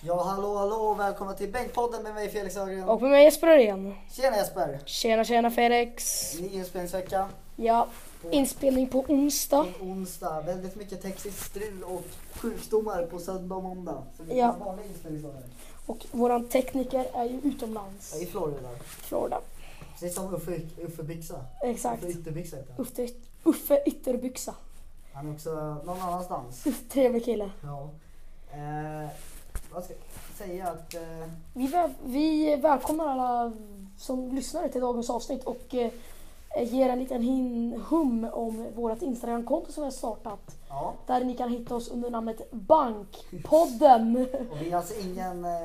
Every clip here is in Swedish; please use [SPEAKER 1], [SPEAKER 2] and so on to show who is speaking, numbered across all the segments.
[SPEAKER 1] Ja, hallå, hallå och välkomna till Bänkpodden med mig Felix Ögren.
[SPEAKER 2] Och med mig Jesper Örén.
[SPEAKER 1] Tjena Jesper!
[SPEAKER 2] Tjena tjena Felix.
[SPEAKER 1] Ny inspelningsvecka,
[SPEAKER 2] Ja, inspelning på onsdag.
[SPEAKER 1] en onsdag, väldigt mycket tekniskt strul och sjukdomar på söndag och måndag. Så det är
[SPEAKER 2] Ja.
[SPEAKER 1] vanliga inspelningsdagar.
[SPEAKER 2] Och våran tekniker är ju utomlands.
[SPEAKER 1] Ja, I Florida.
[SPEAKER 2] Florida.
[SPEAKER 1] Precis som Uffe, Uffe Byxa.
[SPEAKER 2] Exakt.
[SPEAKER 1] Uffe Ytterbyxa heter han.
[SPEAKER 2] Uffe, Uffe Ytterbyxa.
[SPEAKER 1] Han är också någon annanstans.
[SPEAKER 2] Uff, Trevlig kille.
[SPEAKER 1] Ja. Eh, vad ska jag säga att... Eh,
[SPEAKER 2] Vi, väl, vi välkomnar alla som lyssnar till dagens avsnitt och eh, ger en liten hin, hum om vårt Instagramkonto som vi har startat.
[SPEAKER 1] ja.
[SPEAKER 2] Där ni kan hitta oss under namnet Bankpodden.
[SPEAKER 1] Och vi är alltså ingen eh,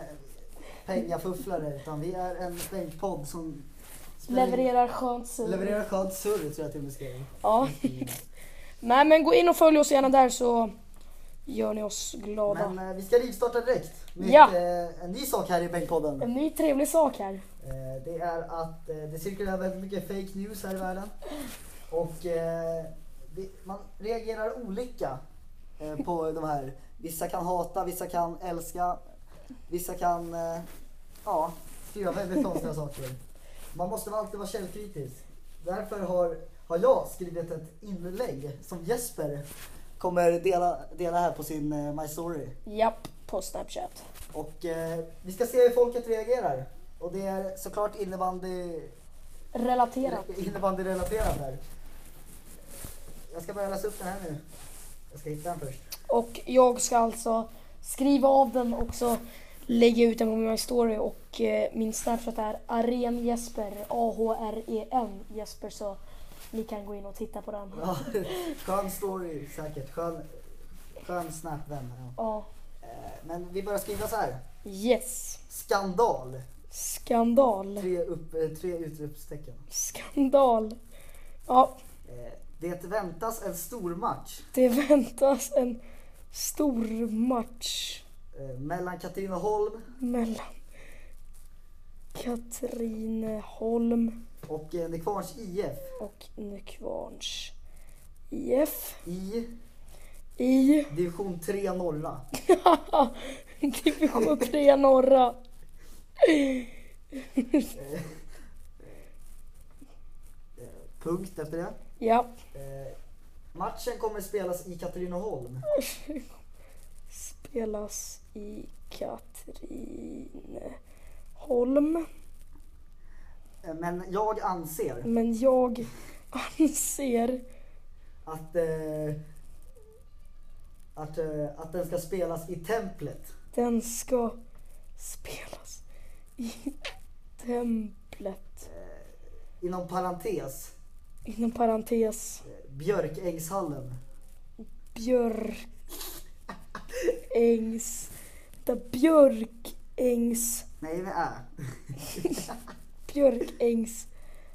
[SPEAKER 1] pengafufflare utan vi är en bänkpodd som spelar in-
[SPEAKER 2] Levererar skönt surr.
[SPEAKER 1] Levererar skönt surr tror jag att jag beskrev.
[SPEAKER 2] Ja. Nej men gå in och följ oss gärna där så gör ni oss glada.
[SPEAKER 1] Men eh, vi ska rivstarta direkt med
[SPEAKER 2] Ja.
[SPEAKER 1] ett, eh, en ny sak här i Bänkpodden.
[SPEAKER 2] En ny trevlig sak här.
[SPEAKER 1] Eh, det är att eh, det cirkulerar väldigt mycket fake news här i världen. Och eh, vi, man reagerar olika eh, på de här. Vissa kan hata, vissa kan älska, vissa kan eh, ja, skriva väldigt konstiga saker. Man måste alltid vara källkritisk. Därför har, har jag skrivit ett inlägg som Jesper kommer dela, dela här på sin eh, My Story.
[SPEAKER 2] Japp, på Snapchat.
[SPEAKER 1] Och eh, vi ska se hur folket reagerar. Och det är såklart innebandy,
[SPEAKER 2] Relaterat.
[SPEAKER 1] innebandyrelaterat här. Jag ska bara läsa upp den här nu. Jag ska hitta den först.
[SPEAKER 2] Och jag ska alltså skriva av den och så lägga ut den på min story och eh, min Snapchat är aren Jesper, A-H-R-E-N E Jesper så ni kan gå in och titta på den.
[SPEAKER 1] Ja, skön story säkert. Skön, skön snapvän. Ja.
[SPEAKER 2] Ja.
[SPEAKER 1] Eh, Men vi börjar skriva så här.
[SPEAKER 2] Yes.
[SPEAKER 1] Skandal!
[SPEAKER 2] Skandal.
[SPEAKER 1] Tre, upp, eh, tre utropstecken.
[SPEAKER 2] Skandal. Ja,
[SPEAKER 1] Eh, Det väntas en stor match
[SPEAKER 2] det väntas en stor match.
[SPEAKER 1] eh, mellan Katrineholm
[SPEAKER 2] mellan Katrineholm
[SPEAKER 1] och eh, Nykvarns IF
[SPEAKER 2] och Nykvarns IF
[SPEAKER 1] i
[SPEAKER 2] i
[SPEAKER 1] division 3 norra.
[SPEAKER 2] division 3 norra.
[SPEAKER 1] Punkt efter det.
[SPEAKER 2] Ja,
[SPEAKER 1] Eh, matchen kommer spelas i Katrineholm.
[SPEAKER 2] spelas i Katrineholm.
[SPEAKER 1] Eh, Men jag anser
[SPEAKER 2] Men jag anser
[SPEAKER 1] att, eh, att, eh, att den ska spelas i templet.
[SPEAKER 2] den ska spelas i templet.
[SPEAKER 1] Eh, Inom parentes,
[SPEAKER 2] Inom parentes.
[SPEAKER 1] eh, Björkängshallen.
[SPEAKER 2] Björk Ängs The Björk Ängs
[SPEAKER 1] Nej, det är
[SPEAKER 2] Björk Ängs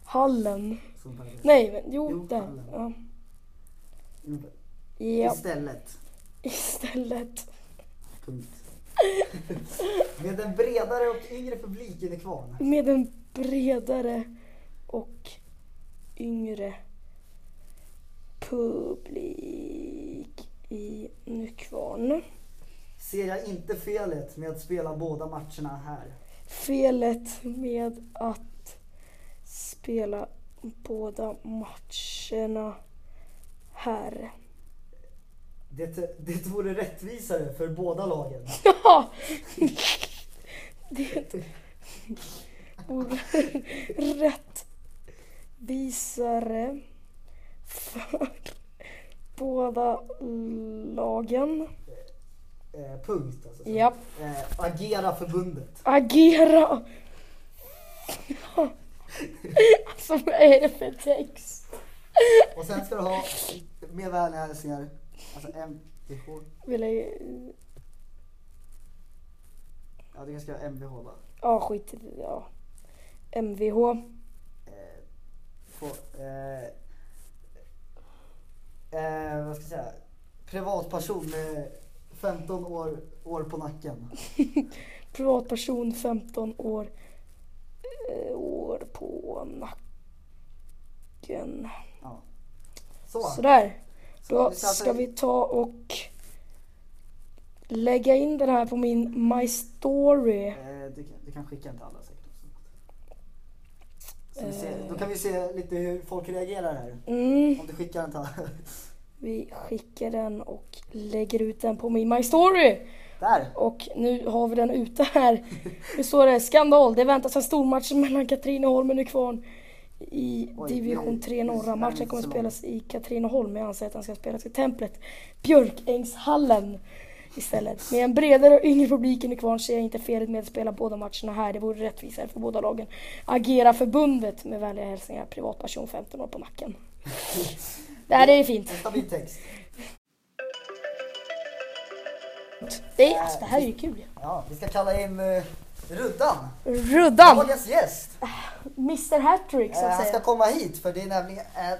[SPEAKER 2] Hallen
[SPEAKER 1] som parentes.
[SPEAKER 2] Nej men
[SPEAKER 1] Jo,
[SPEAKER 2] jo där
[SPEAKER 1] hallen.
[SPEAKER 2] ja.
[SPEAKER 1] Inom par-
[SPEAKER 2] ja
[SPEAKER 1] Istället.
[SPEAKER 2] Istället
[SPEAKER 1] Punkt. Med en bredare och yngre publik i Nykvarn.
[SPEAKER 2] Med en bredare och yngre publik i Nykvarn
[SPEAKER 1] Ser jag inte felet med att spela båda matcherna här.
[SPEAKER 2] Felet med att spela båda matcherna här.
[SPEAKER 1] Det, det vore rättvisare för båda lagen.
[SPEAKER 2] Ja! Det vore rättvisare för båda lagen.
[SPEAKER 1] Eh, punkt alltså.
[SPEAKER 2] Japp.
[SPEAKER 1] Eh, agera förbundet.
[SPEAKER 2] Agera! Alltså vad är det för text?
[SPEAKER 1] Och sen ska du ha med vänliga hälsningar. Alltså MVH.
[SPEAKER 2] Vill jag...
[SPEAKER 1] Ja, det kanske ska vara MVH va?
[SPEAKER 2] Ja, skit i det. Ja. MVH.
[SPEAKER 1] Eh, på, eh, eh, vad ska jag säga? Privatperson med 15 år, år på nacken.
[SPEAKER 2] Privatperson, 15 år. Eh, år på nacken.
[SPEAKER 1] Ja. Så.
[SPEAKER 2] Sådär.
[SPEAKER 1] Så
[SPEAKER 2] Då
[SPEAKER 1] vi ska
[SPEAKER 2] ska vi ta och lägga in den här på min My Story.
[SPEAKER 1] Eh, du, kan- du kan skicka den till alla säkert också. Så vi
[SPEAKER 2] Eh.
[SPEAKER 1] ser, då kan vi se lite hur folk reagerar här.
[SPEAKER 2] Mm.
[SPEAKER 1] Om du skickar den till alla.
[SPEAKER 2] Vi skickar den och lägger ut den på min My Story.
[SPEAKER 1] Där!
[SPEAKER 2] Och nu har vi den ute här. Nu står det skandal. Det väntas en stormatch mellan Katrineholm och Nykvarn i
[SPEAKER 1] Oj,
[SPEAKER 2] division
[SPEAKER 1] nu-
[SPEAKER 2] 3
[SPEAKER 1] nu
[SPEAKER 2] norra.
[SPEAKER 1] sprang
[SPEAKER 2] Matchen
[SPEAKER 1] det
[SPEAKER 2] kommer
[SPEAKER 1] så
[SPEAKER 2] spelas i Katrineholm, men jag anser att den ska spelas i templet Björkängshallen istället. Med en bredare och yngre publik i Nykvarn ser jag inte felet med att spela båda matcherna här. Det vore rättvisare för båda lagen. Agera förbundet med vänliga hälsningar. Privatperson 15 år på nacken. Det här är ju fint.
[SPEAKER 1] En stabil text.
[SPEAKER 2] Det, är- alltså, det här är ju kul. ju.
[SPEAKER 1] Ja, vi ska kalla in eh, Ruddan,
[SPEAKER 2] Ruddan!
[SPEAKER 1] dagens gäst.
[SPEAKER 2] Mr Hattrick så
[SPEAKER 1] Eh,
[SPEAKER 2] att
[SPEAKER 1] han ska
[SPEAKER 2] säga.
[SPEAKER 1] komma hit för det är nämligen en,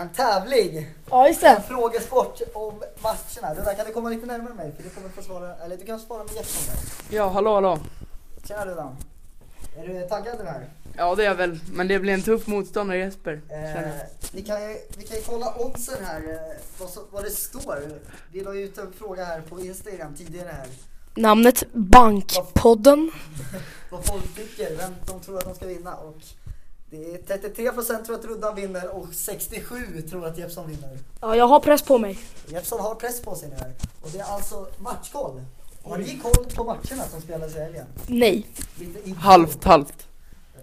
[SPEAKER 1] en tävling,
[SPEAKER 2] Ja, just det.
[SPEAKER 1] en frågesport om matcherna. Ruddan kan du komma lite närmare mig? För du kommer få svara, eller du kan svara med gästfrågan.
[SPEAKER 3] Ja, hallå hallå.
[SPEAKER 1] Tjena Ruddan! Är du taggad nu här?
[SPEAKER 3] Ja det är jag väl, men det blir en tuff motståndare Jesper. känner
[SPEAKER 1] Eh,
[SPEAKER 3] jag.
[SPEAKER 1] vi, kan ju, vi kan ju kolla oddsen här, eh, vad, som- vad det står. Vi la ut en fråga här på Instagram tidigare här.
[SPEAKER 2] Namnet Bankpodden.
[SPEAKER 1] Vad folk tycker, vem de tror att de ska vinna och det är 33% tror att Ruddan vinner och 67% tror att Jeppsson vinner.
[SPEAKER 2] Ja, jag har press på mig.
[SPEAKER 1] Jeppsson har press på sig nu här och det är alltså matchkoll. Har ni koll på matcherna som spelas i helgen?
[SPEAKER 2] Nej.
[SPEAKER 1] Lite info.
[SPEAKER 3] Halvt, halvt.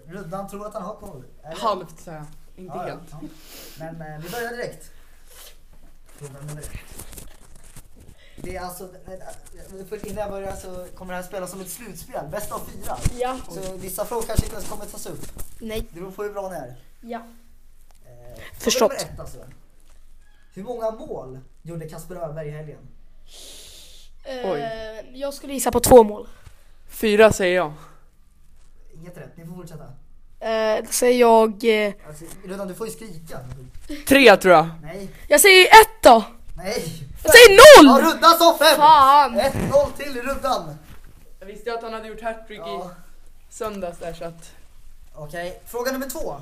[SPEAKER 1] Ruddan tror att han har koll. Eller?
[SPEAKER 3] Halvt sa jag, inte
[SPEAKER 1] Ja, ja,
[SPEAKER 3] helt.
[SPEAKER 1] ja. Men eh, vi börjar direkt. Ruddan nummer ett. Det är alltså, eh, för innan jag börjar så kommer det här spelas som ett slutspel, bäst av fyra.
[SPEAKER 2] Ja.
[SPEAKER 1] Så vissa frågor kanske inte ens kommer tas upp.
[SPEAKER 2] Nej.
[SPEAKER 1] Det beror på hur bra ni är.
[SPEAKER 2] Ja.
[SPEAKER 1] Eh,
[SPEAKER 2] Förstått.
[SPEAKER 1] fråga nummer ett, alltså. Hur många mål gjorde Kasper Öberg i helgen?
[SPEAKER 3] Oj.
[SPEAKER 2] Eh, jag skulle gissa på två mål.
[SPEAKER 3] Fyra säger jag.
[SPEAKER 1] Inget rätt, ni får fortsätta.
[SPEAKER 2] Eh, då säger jag... Eh,
[SPEAKER 1] Alltså, Ruddan du får ju skrika.
[SPEAKER 3] Tre tror jag.
[SPEAKER 1] Nej,
[SPEAKER 2] jag säger ett då!
[SPEAKER 1] nej.
[SPEAKER 2] Jag säger
[SPEAKER 1] Ja,
[SPEAKER 2] noll!
[SPEAKER 1] Ruddan sa fem!
[SPEAKER 2] Fan!
[SPEAKER 1] 1-0 till Ruddan.
[SPEAKER 3] Jag visste att han hade gjort hattrick
[SPEAKER 1] Ja.
[SPEAKER 3] söndags där så att...
[SPEAKER 1] Okej, fråga nummer två.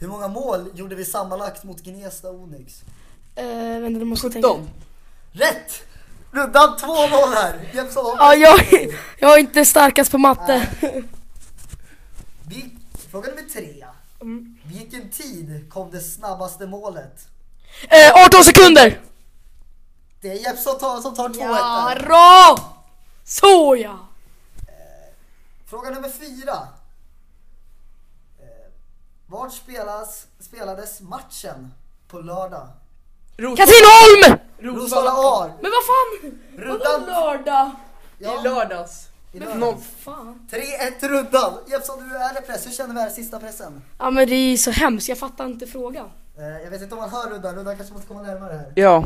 [SPEAKER 1] Hur många mål gjorde vi sammanlagt mot Gnesta och Onyx?
[SPEAKER 2] Eh, vänta, nu måste jag tänka.
[SPEAKER 3] De.
[SPEAKER 1] Rätt! Ruddan 2-0 här. Jeppsson har
[SPEAKER 2] Ja, jag, jag är inte starkast på matte.
[SPEAKER 1] Vi- Fråga nummer tre.
[SPEAKER 2] Mm.
[SPEAKER 1] Vilken tid kom det snabbaste målet?
[SPEAKER 2] Eh, 18 sekunder!
[SPEAKER 1] Det är Jeppsson tar- som tar 2-1 där.
[SPEAKER 2] Jarå! Så ja!
[SPEAKER 1] Fråga nummer fyra. Eh, vart spelas, spelades matchen på lördag?
[SPEAKER 3] Ros-
[SPEAKER 2] Katrineholm!
[SPEAKER 1] Rosala A.
[SPEAKER 2] Men vad fan! Vadå
[SPEAKER 1] Ruddan.
[SPEAKER 2] lördag?
[SPEAKER 3] I
[SPEAKER 1] Ja,
[SPEAKER 3] lördags.
[SPEAKER 1] i
[SPEAKER 3] Noll.
[SPEAKER 1] lördag.
[SPEAKER 2] Fan.
[SPEAKER 1] 3-1 Ruddan. Jeppsson, du är under press. Hur känner vi här sista pressen?
[SPEAKER 2] Ja men det är så hemskt, jag fattar inte frågan.
[SPEAKER 1] Eh, jag vet inte om man hör Ruddan. Ruddan kanske måste komma närmare här.
[SPEAKER 3] Ja.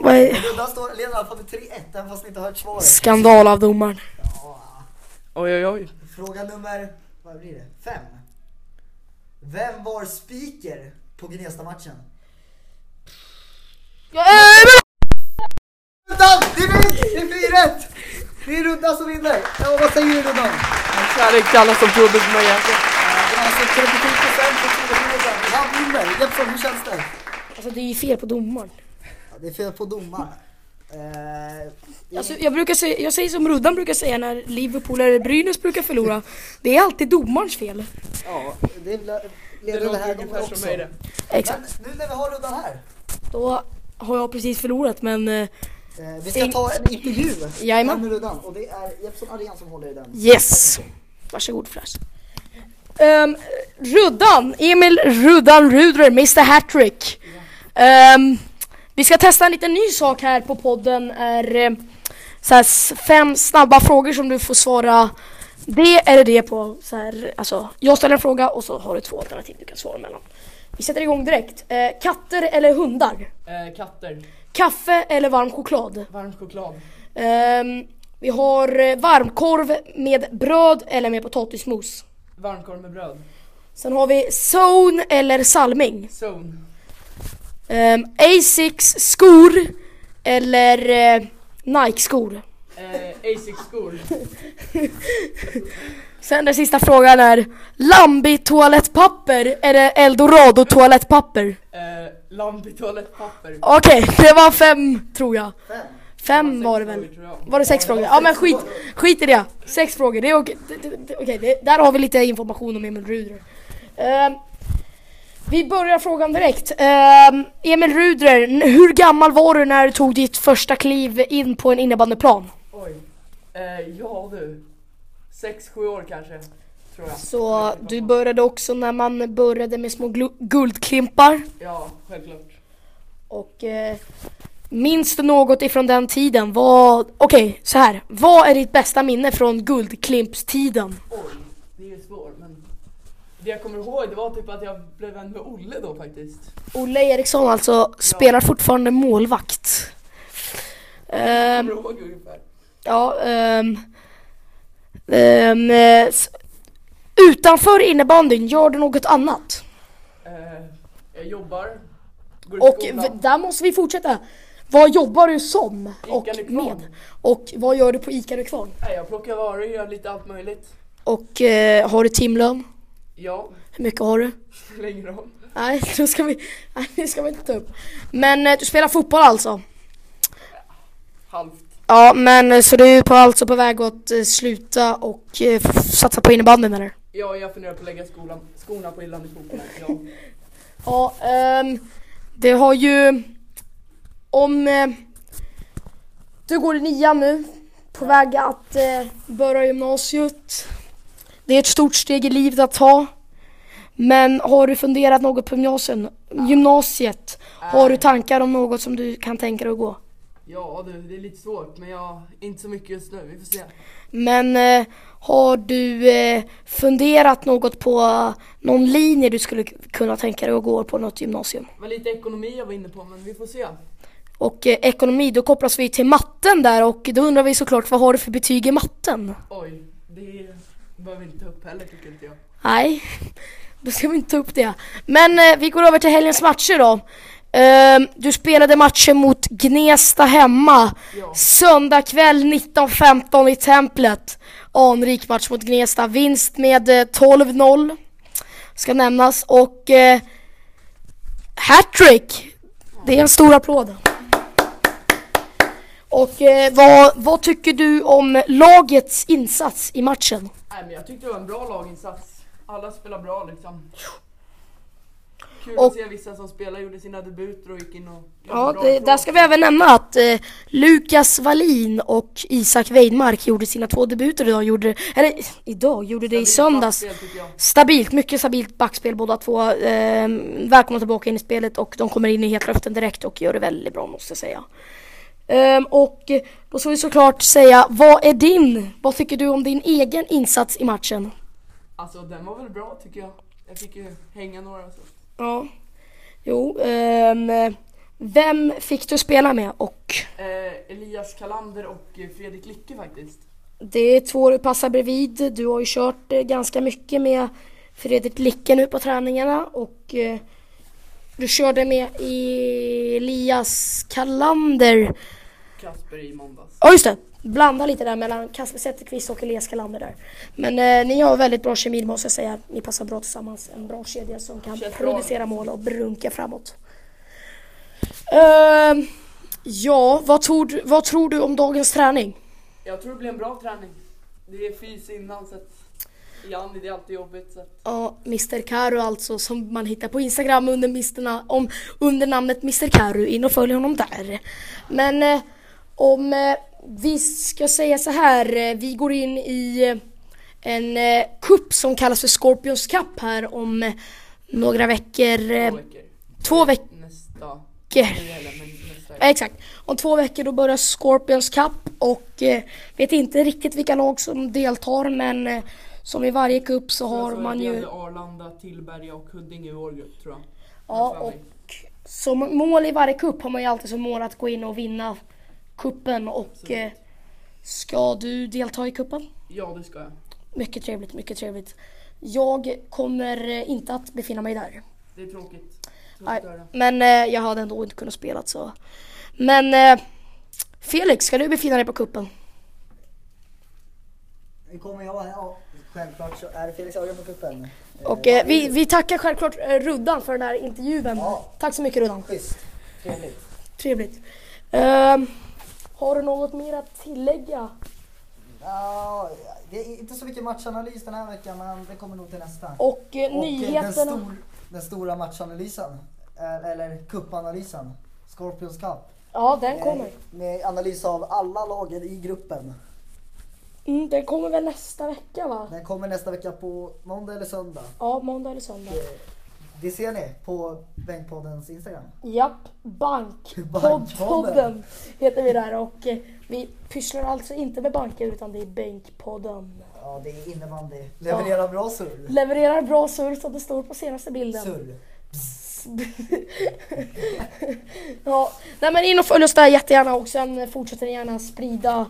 [SPEAKER 2] Vad är...
[SPEAKER 1] Ruddan står, leder i alla fall med 3-1 även fast ni inte har hört svaret.
[SPEAKER 2] Skandal av domaren.
[SPEAKER 1] Ja.
[SPEAKER 3] Oj oj oj.
[SPEAKER 1] Fråga nummer, vad blir det? Fem. Vem var speaker på Gnesta-matchen? Ruddan! Det är vi! Det är 4-1! Det är Ruddan som vinner. Ja, vad säger du Ruddan?
[SPEAKER 3] En kärlek till alla som trodde på mig Jesper.
[SPEAKER 1] Det var alltså 37 procent på Tillebylösen. Han vinner. Jeppsson, hur känns det?
[SPEAKER 2] Alltså det är ju fel på domaren.
[SPEAKER 1] det är fel på domaren. Eh,
[SPEAKER 2] Alltså, jag, brukar säga, jag säger som Ruddan brukar säga när Liverpool eller Brynäs brukar förlora. Det är alltid domarens fel.
[SPEAKER 1] ja, det leder
[SPEAKER 3] Det
[SPEAKER 1] det här
[SPEAKER 3] låter
[SPEAKER 1] gången
[SPEAKER 3] ungefär
[SPEAKER 1] också.
[SPEAKER 3] som mig det.
[SPEAKER 1] Men
[SPEAKER 2] Exakt.
[SPEAKER 1] nu när vi har Ruddan här.
[SPEAKER 2] Då har jag precis förlorat men eh,
[SPEAKER 1] eh, Vi ska ta en intervju
[SPEAKER 2] Jajamän.
[SPEAKER 1] med Ruddan och det är Jeppsson Arén som håller i den.
[SPEAKER 2] yes. Varsågod Flash. Um, Ruddan, Emil Ruddan Rudrer, Mr Hattrick. Ehm, vi ska testa en liten ny sak här på podden. är eh, så här, s- Fem snabba frågor som du får svara det eller det på. Så här, alltså, jag ställer en fråga och så har du två alternativ du kan svara mellan. Vi sätter igång direkt. Eh, katter eller hundar?
[SPEAKER 3] Eh, katter.
[SPEAKER 2] Kaffe eller varm choklad?
[SPEAKER 3] Varm choklad.
[SPEAKER 2] Ehm, vi har eh, varmkorv med bröd eller med potatismos.
[SPEAKER 3] Varmkorv med bröd.
[SPEAKER 2] Sen har vi zone eller salming.
[SPEAKER 3] Zone.
[SPEAKER 2] Um, Asics skor eller eh, Nike-skor.
[SPEAKER 3] Eh, Asics-skor.
[SPEAKER 2] Sen den sista frågan är Lambi toalettpapper eller Eldorado toalettpapper?
[SPEAKER 3] Eh, Lambi toalettpapper.
[SPEAKER 2] Okej, det var fem tror jag.
[SPEAKER 1] Fem.
[SPEAKER 2] Fem var det väl? Var det sex frågor? Ja men skit, skit i det. Sex frågor, det är okej. det- det- det- okej, det, där har vi lite information om Emil Rudrer. Ehm, vi börjar frågan direkt. Ehm, Emil Rudrer, n- hur gammal var du när du tog ditt första kliv in på en innebandyplan?
[SPEAKER 3] Oj. Eh, ja du. Sex, sju år kanske. Tror jag.
[SPEAKER 2] Så du började också när man började med små glu- guldklimpar.
[SPEAKER 3] Ja, självklart.
[SPEAKER 2] Och eh, minns du något ifrån den tiden? Vad, okej så här. Vad är ditt bästa minne från guldklimpstiden?
[SPEAKER 3] Oj, det är ju svårt men. Det jag kommer ihåg det var typ att jag blev vän med Olle då faktiskt.
[SPEAKER 2] Olle Eriksson alltså spelar fortfarande målvakt. Ehm,
[SPEAKER 3] Kommer du ihåg ungefär?
[SPEAKER 2] ja, ehm, ehm, eh, s- utanför innebandyn, gör du något annat?
[SPEAKER 3] Eh, jag jobbar. Går
[SPEAKER 2] Och
[SPEAKER 3] i
[SPEAKER 2] v-
[SPEAKER 3] skolan.
[SPEAKER 2] där måste vi fortsätta. Vad jobbar du som och
[SPEAKER 3] Ica Nykvarn.
[SPEAKER 2] med? Och vad gör du på ICA Nykvarn?
[SPEAKER 3] Nej, jag plockar varor, gör lite allt möjligt.
[SPEAKER 2] Och eh, har du timlön?
[SPEAKER 3] Ja,
[SPEAKER 2] Hur mycket har du?
[SPEAKER 3] längre om.
[SPEAKER 2] Nej, då ska vi, nej, det ska vi inte ta upp. Men eh, du spelar fotboll alltså?
[SPEAKER 3] Halvt.
[SPEAKER 2] Ja, men eh, så du är på, alltså på väg att eh, sluta och eh, f- satsa på innebandyn eller?
[SPEAKER 3] Ja, jag funderar på att lägga skolan, skorna på hyllan i fotboll. Ja.
[SPEAKER 2] Ja, ehm, det har ju... Om... Eh, du går i nian nu, på väg att eh, börja gymnasiet. Det är ett stort steg i livet att ta. Men har du funderat något på gymnasien, gymnasiet? Har du tankar om något som du kan tänka dig att gå?
[SPEAKER 3] Eh, Ja du, det är lite svårt men jag, inte så mycket just nu, vi får se.
[SPEAKER 2] Men eh, har du eh, funderat något på någon linje du skulle k- kunna tänka dig att gå på något gymnasium?
[SPEAKER 3] Det var lite ekonomi jag var inne på men vi får se.
[SPEAKER 2] Och eh, ekonomi, då kopplas vi till matten där och då undrar vi såklart vad har du för betyg i matten?
[SPEAKER 3] Oj, det behöver vi inte ta upp heller tycker inte jag.
[SPEAKER 2] Nej, då ska vi inte ta upp det. Men eh, vi går över till helgens matcher då. Ehm, du spelade matchen mot Gnesta hemma.
[SPEAKER 3] Ja.
[SPEAKER 2] Söndag kväll 19.15 i Templet. Anrik match mot Gnesta. Vinst med eh, 12-0. Ska nämnas. Och eh, hattrick. Det är en stor applåd. Och eh, vad, vad tycker du om lagets insats i matchen?
[SPEAKER 3] Nej men jag tyckte det var en bra laginsats. Alla spelar bra liksom. Kul
[SPEAKER 2] Och-
[SPEAKER 3] att se vissa som spelar, gjorde sina debuter och gick in och...
[SPEAKER 2] Ja,
[SPEAKER 3] bra
[SPEAKER 2] det,
[SPEAKER 3] ifrån.
[SPEAKER 2] där ska vi även nämna att eh, Lukas Wallin och Isak Weidmark gjorde sina två debuter idag. Gjorde, eller idag, gjorde det i
[SPEAKER 3] Stabilt
[SPEAKER 2] söndags.
[SPEAKER 3] backspel, tycker jag.
[SPEAKER 2] Stabilt, mycket stabilt backspel båda två. Eh, välkomna tillbaka in i spelet och de kommer in i hetlöften direkt och gör det väldigt bra måste jag säga. Ehm, och eh, då ska vi såklart säga, vad är din, vad tycker du om din egen insats i matchen?
[SPEAKER 3] Alltså den var väl bra tycker jag. Jag fick ju hänga några så.
[SPEAKER 2] Ja, jo, ehm, vem fick du spela med och
[SPEAKER 3] Eh, Elias Kalander och eh, Fredrik Lycke faktiskt.
[SPEAKER 2] Det är två du passar bredvid. Du har ju kört eh, ganska mycket med Fredrik Licke nu på träningarna och eh, du körde med Elias Kalander.
[SPEAKER 3] Kasper i måndags.
[SPEAKER 2] Ja just det, blanda lite där mellan Kasper Zetterqvist och Elias Kalander där. Men eh, ni har väldigt bra kemi måste jag säga. Ni passar bra tillsammans. En bra kedja som kan
[SPEAKER 3] Känns bra.
[SPEAKER 2] producera mål och brunka framåt. Ehm, ja, vad tror, du- vad tror du om dagens träning?
[SPEAKER 3] Jag tror det blir en bra träning. Det är fys innan så att... I Andy det är alltid jobbigt så att...
[SPEAKER 2] Ja, Mr Karu alltså som man hittar på Instagram under, Mr. Na- om, under namnet Mr Karu. In och följ honom där. Men eh, om eh, vi ska säga så här, eh, vi går in i eh, en eh, cup som kallas för Scorpions Cup här om eh, några veckor. Eh,
[SPEAKER 3] Två veckor.
[SPEAKER 2] två veckor.
[SPEAKER 3] Nästa.
[SPEAKER 2] Okej.
[SPEAKER 3] Nu eller, men nästa.
[SPEAKER 2] Ja, Exakt. Om två veckor då börjar Scorpions Cup och eh, vet inte riktigt vilka lag som deltar men eh, som i varje cup så har
[SPEAKER 3] Så
[SPEAKER 2] man
[SPEAKER 3] det
[SPEAKER 2] ju...
[SPEAKER 3] gäller Arlanda, Tillberga och Huddinge i vår grupp tror jag.
[SPEAKER 2] Ja,
[SPEAKER 3] Har jag för
[SPEAKER 2] och
[SPEAKER 3] mig.
[SPEAKER 2] som mål i varje cup har man ju alltid som mål att gå in och vinna kuppen och eh, ska du delta i kuppen?
[SPEAKER 3] Ja, det ska jag.
[SPEAKER 2] Mycket trevligt, mycket trevligt. Jag kommer eh, inte att befinna mig där.
[SPEAKER 3] Det är tråkigt.
[SPEAKER 2] Nej,
[SPEAKER 3] Tråkigt att höra.
[SPEAKER 2] Men eh, jag hade ändå inte kunnat spela så. Men eh, Felix, ska du befinna dig på kuppen?
[SPEAKER 1] Nu kommer jag, ja. Självklart så är Felix Örjan på cupen. Eh,
[SPEAKER 2] Och eh, vi, vi tackar självklart eh, Ruddan för den här intervjun.
[SPEAKER 1] Ja.
[SPEAKER 2] Tack så mycket Ruddan.
[SPEAKER 1] Schysst. Trevligt.
[SPEAKER 2] Trevligt. Ehm, Har du något mer att tillägga?
[SPEAKER 1] Ja, det är inte så mycket matchanalys den här veckan men det kommer nog till nästa.
[SPEAKER 2] Och, eh,
[SPEAKER 1] Och, eh,
[SPEAKER 2] nyheterna.
[SPEAKER 1] Den, stor, den stora matchanalysen, eh, eller cupanalysen, Scorpions Cup.
[SPEAKER 2] Ja, den
[SPEAKER 1] Eh,
[SPEAKER 2] kommer.
[SPEAKER 1] Med analys av alla lagen i gruppen.
[SPEAKER 2] Mm, den kommer väl nästa vecka va?
[SPEAKER 1] Den kommer nästa vecka på måndag eller söndag.
[SPEAKER 2] Ja, måndag eller söndag.
[SPEAKER 1] Eh, Det ser ni på Bengtpoddens Instagram.
[SPEAKER 2] Japp, bank.
[SPEAKER 1] Bankpodden.
[SPEAKER 2] Poddpodden heter vi där och eh, vi pysslar alltså inte med banker utan det är Bänkpodden.
[SPEAKER 1] Ja, det är innebandy. Levererar bra surr.
[SPEAKER 2] Levererar bra surr som det står på senaste bilden.
[SPEAKER 1] Surr.
[SPEAKER 2] ja, nej men in och följ oss där jättegärna och sen fortsätter ni gärna sprida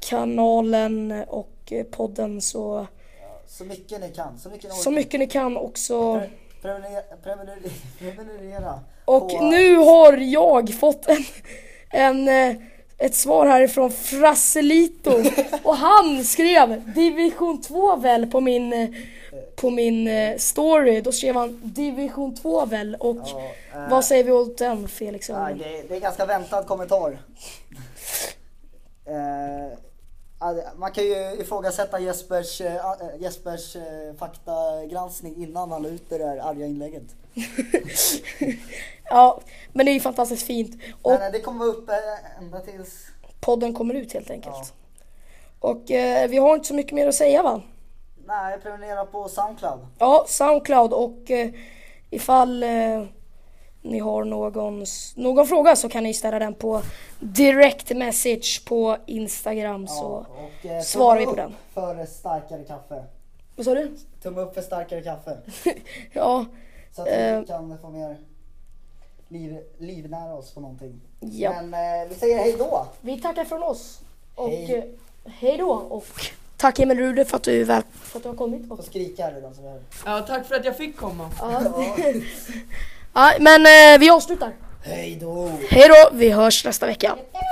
[SPEAKER 2] kanalen och eh, podden så,
[SPEAKER 1] Så mycket ni kan. Så mycket ni
[SPEAKER 2] så
[SPEAKER 1] orkar.
[SPEAKER 2] mycket ni kan också.
[SPEAKER 1] Pre- prenumerera- prenumerera-
[SPEAKER 2] Mm.
[SPEAKER 1] Prenumerera.
[SPEAKER 2] Och
[SPEAKER 1] på-
[SPEAKER 2] nu har jag fått en, en, eh, ett svar härifrån Frasselito och han skrev division 2 väl på min, eh, på min eh, story. Då skrev han division 2 väl och
[SPEAKER 1] Ja, eh,
[SPEAKER 2] vad säger vi åt den Felix?
[SPEAKER 1] nej, det, det är ganska väntad kommentar. Eh, ja, det- man kan ju ifrågasätta Jespers, eh, eh, Jespers eh, faktagranskning innan han la ut det där arga inlägget.
[SPEAKER 2] Ja, men det är ju fantastiskt fint och
[SPEAKER 1] Men eh, det kommer vara uppe ända tills...
[SPEAKER 2] podden kommer ut helt enkelt.
[SPEAKER 1] Ja.
[SPEAKER 2] Och eh, vi har inte så mycket mer att säga va?
[SPEAKER 1] Nej, prenumerera på Soundcloud.
[SPEAKER 2] Ja, Soundcloud och eh, ifall eh, ni har någon, s- någon fråga så kan ni ställa den på direct message på Instagram så...
[SPEAKER 1] Ja, och, eh,
[SPEAKER 2] svarar vi
[SPEAKER 1] tumme
[SPEAKER 2] på
[SPEAKER 1] upp För starkare kaffe.
[SPEAKER 2] Vad sa du?
[SPEAKER 1] Tumme upp för starkare kaffe.
[SPEAKER 2] Ja,
[SPEAKER 1] Så att vi
[SPEAKER 2] Eh.
[SPEAKER 1] kan få mer liv, livnära oss på någonting.
[SPEAKER 2] ja.
[SPEAKER 1] Men eh, vi säger hej då.
[SPEAKER 2] Vi tackar från oss och
[SPEAKER 1] Hej.
[SPEAKER 2] hej, hej då och tack Emil Rude för att du, är väl, för att du har kommit. Och,
[SPEAKER 1] Får skrika här redan som jag hör.
[SPEAKER 3] Ja, tack för att jag fick komma.
[SPEAKER 2] ja, det- ja, men eh, vi avslutar.
[SPEAKER 1] Hej då!
[SPEAKER 2] Hej då, vi hörs nästa vecka.
[SPEAKER 4] Hej!